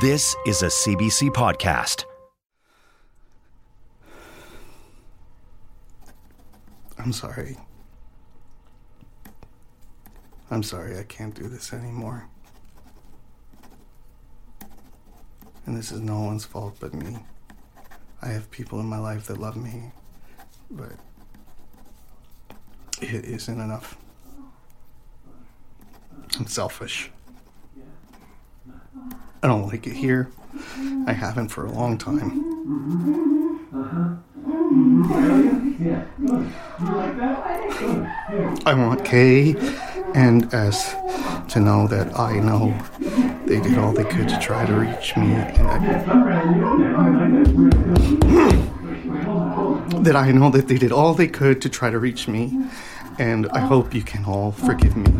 This is a CBC podcast. I'm sorry. I'm sorry, I can't do this anymore. And this is no one's fault but me. I have people in my life that love me, but it isn't enough. I'm selfish. I don't like it here. I haven't for a long time. I want K and S to know that I know they did all they could to try to reach me and I, that I know that they did all they could to try to reach me and I hope you can all forgive me.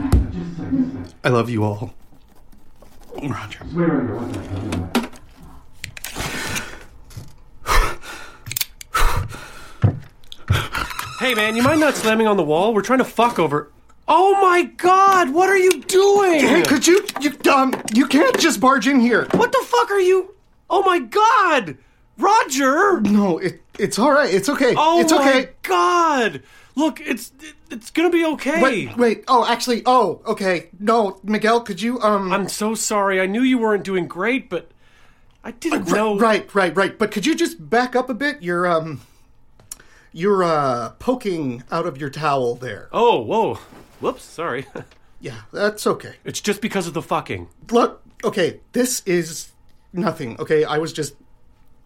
I love you all. Roger. Hey man, you mind not slamming on the wall? We're trying to fuck over. Oh my god, what are you doing? Hey, could you you um you can't just barge in here. what the fuck are you? Oh my god, Roger! No, it it's all right. It's okay. Oh it's my okay. god! Look, it's it- it's gonna be okay. Wait, wait. Oh, actually. Oh, okay. No, Miguel, could you um I'm so sorry. I knew you weren't doing great, but I didn't Ri- know. Right, right, right. But could you just back up a bit? You're um you're uh poking out of your towel there. Oh, whoa. Whoops, sorry. Yeah, that's okay. it's just because of the fucking. Look, okay, this is nothing. Okay, I was just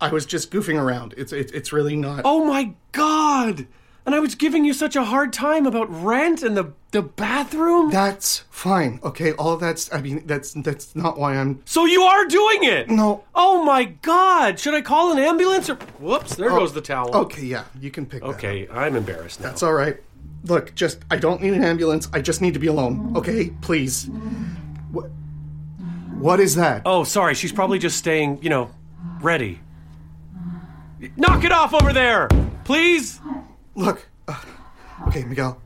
I was just goofing around. It's it's it's really not. Oh my god! And I was giving you such a hard time about rent and the the bathroom. That's fine. Okay, all that's I mean that's that's not why I'm So you are doing it? No. Oh my god! Should I call an ambulance or? Whoops! Oh. There Oh, goes the towel. Okay, yeah, you can pick that up. Okay, I'm embarrassed now. It's all right. Look, just I don't need an ambulance. I just need to be alone. Okay, please. What? What is that? oh, sorry. She's probably just staying, you know, ready. Knock it off over there, please. Look. Uh, okay, Miguel.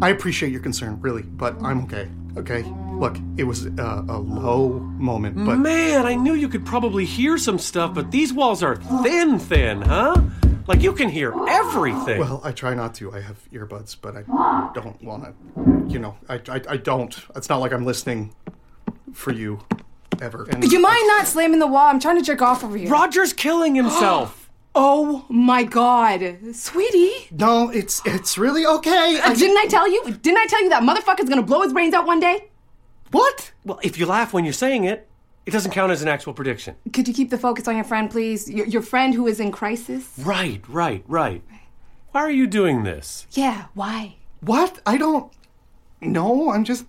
I appreciate your concern, really, but I'm okay. Okay. Look, it was uh, a low moment, but Man, I knew you could probably hear some stuff, but these walls are thin, thin, huh? Like you can hear everything. well, I try not to. I have earbuds, but I don't want to. You know, I, I I don't. It's not like I'm listening for you ever. And Do you mind not slamming the wall? I'm trying to jerk off over here. Roger's killing himself. oh my god. Sweetie, No, it's it's really okay. I, didn't I tell you? Didn't I tell you that motherfucker's gonna blow his brains out one day? what? well, if you laugh when you're saying it, it doesn't count as an actual prediction. Could you keep the focus on your friend, please? Your, your friend who is in crisis? Right, right, right. Why are you doing this? Yeah, why? What? I don't. No, I'm just.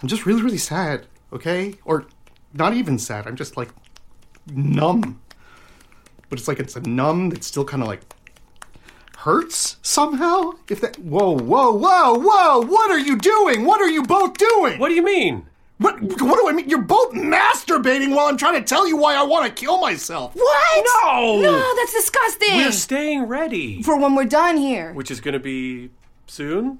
I'm just really, really sad, okay? Or not even sad. I'm just like numb. But it's like it's a numb that still kind of like hurts somehow. If that. Whoa, whoa, whoa, whoa! What are you doing? What are you both doing? What do you mean? What, what do I mean? You're both masturbating while I'm trying to tell you why I want to kill myself. What? No! No, that's disgusting! We're staying ready. For when we're done here. Which is gonna be soon?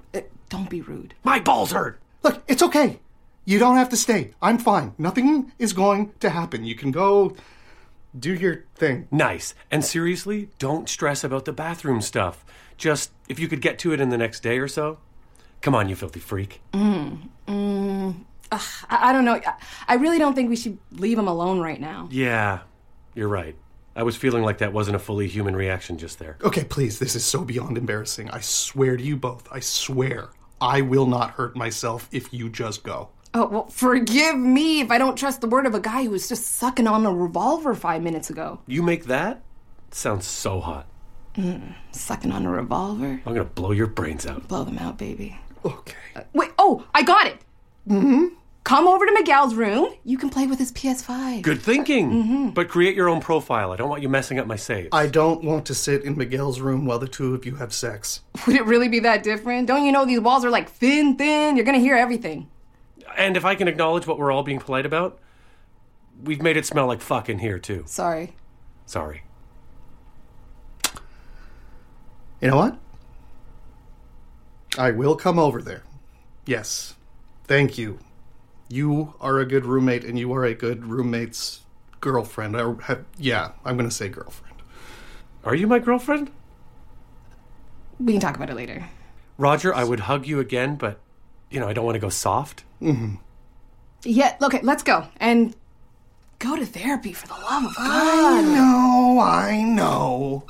Don't be rude. My balls hurt! Look, it's okay. You don't have to stay. I'm fine. Nothing is going to happen. You can go do your thing. Nice. And seriously, don't stress about the bathroom stuff. Just if you could get to it in the next day or so. Come on, you filthy freak. I, I don't know. I, I really don't think we should leave him alone right now. Yeah, you're right. I was feeling like that wasn't a fully human reaction just there. Okay, please. This is so beyond embarrassing. I swear to you both. I swear. I will not hurt myself if you just go. Oh, well, forgive me if I don't trust the word of a guy who was just sucking on a revolver five minutes ago. You make that? Sounds so hot. Sucking on a revolver? I'm gonna blow your brains out. Blow them out, baby. Okay. Wait, oh, I got it. Mm hmm. Come over to Miguel's room. You can play with his PS5. Good thinking! But create your own profile. I don't want you messing up my saves. I don't want to sit in Miguel's room while the two of you have sex. Would it really be that different? Don't you know these walls are like thin, thin? You're gonna hear everything. And if I can acknowledge what we're all being polite about, we've made it smell like fuck in here too. Sorry. Sorry. You know what? I will come over there. Yes. Thank you. You are a good roommate, and you are a good roommate's girlfriend. Or have, yeah, I'm going to say girlfriend. Are you my girlfriend? We can talk about it later. Roger, I would hug you again, but, you know, I don't want to go soft. Yeah, okay, let's go. And go to therapy for the love of God. I know, Oh, I know.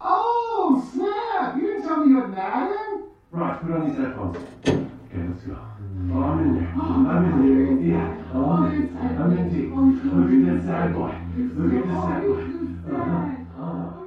Oh, snap! You didn't tell me you had Madden? Rog, put on these headphones. Okay, let's go. Oh, I'm in there. I'm in there. Yeah, I'm in- I'm in deep. Look at that sad boy. Look at this sad boy. Uh-huh. Oh,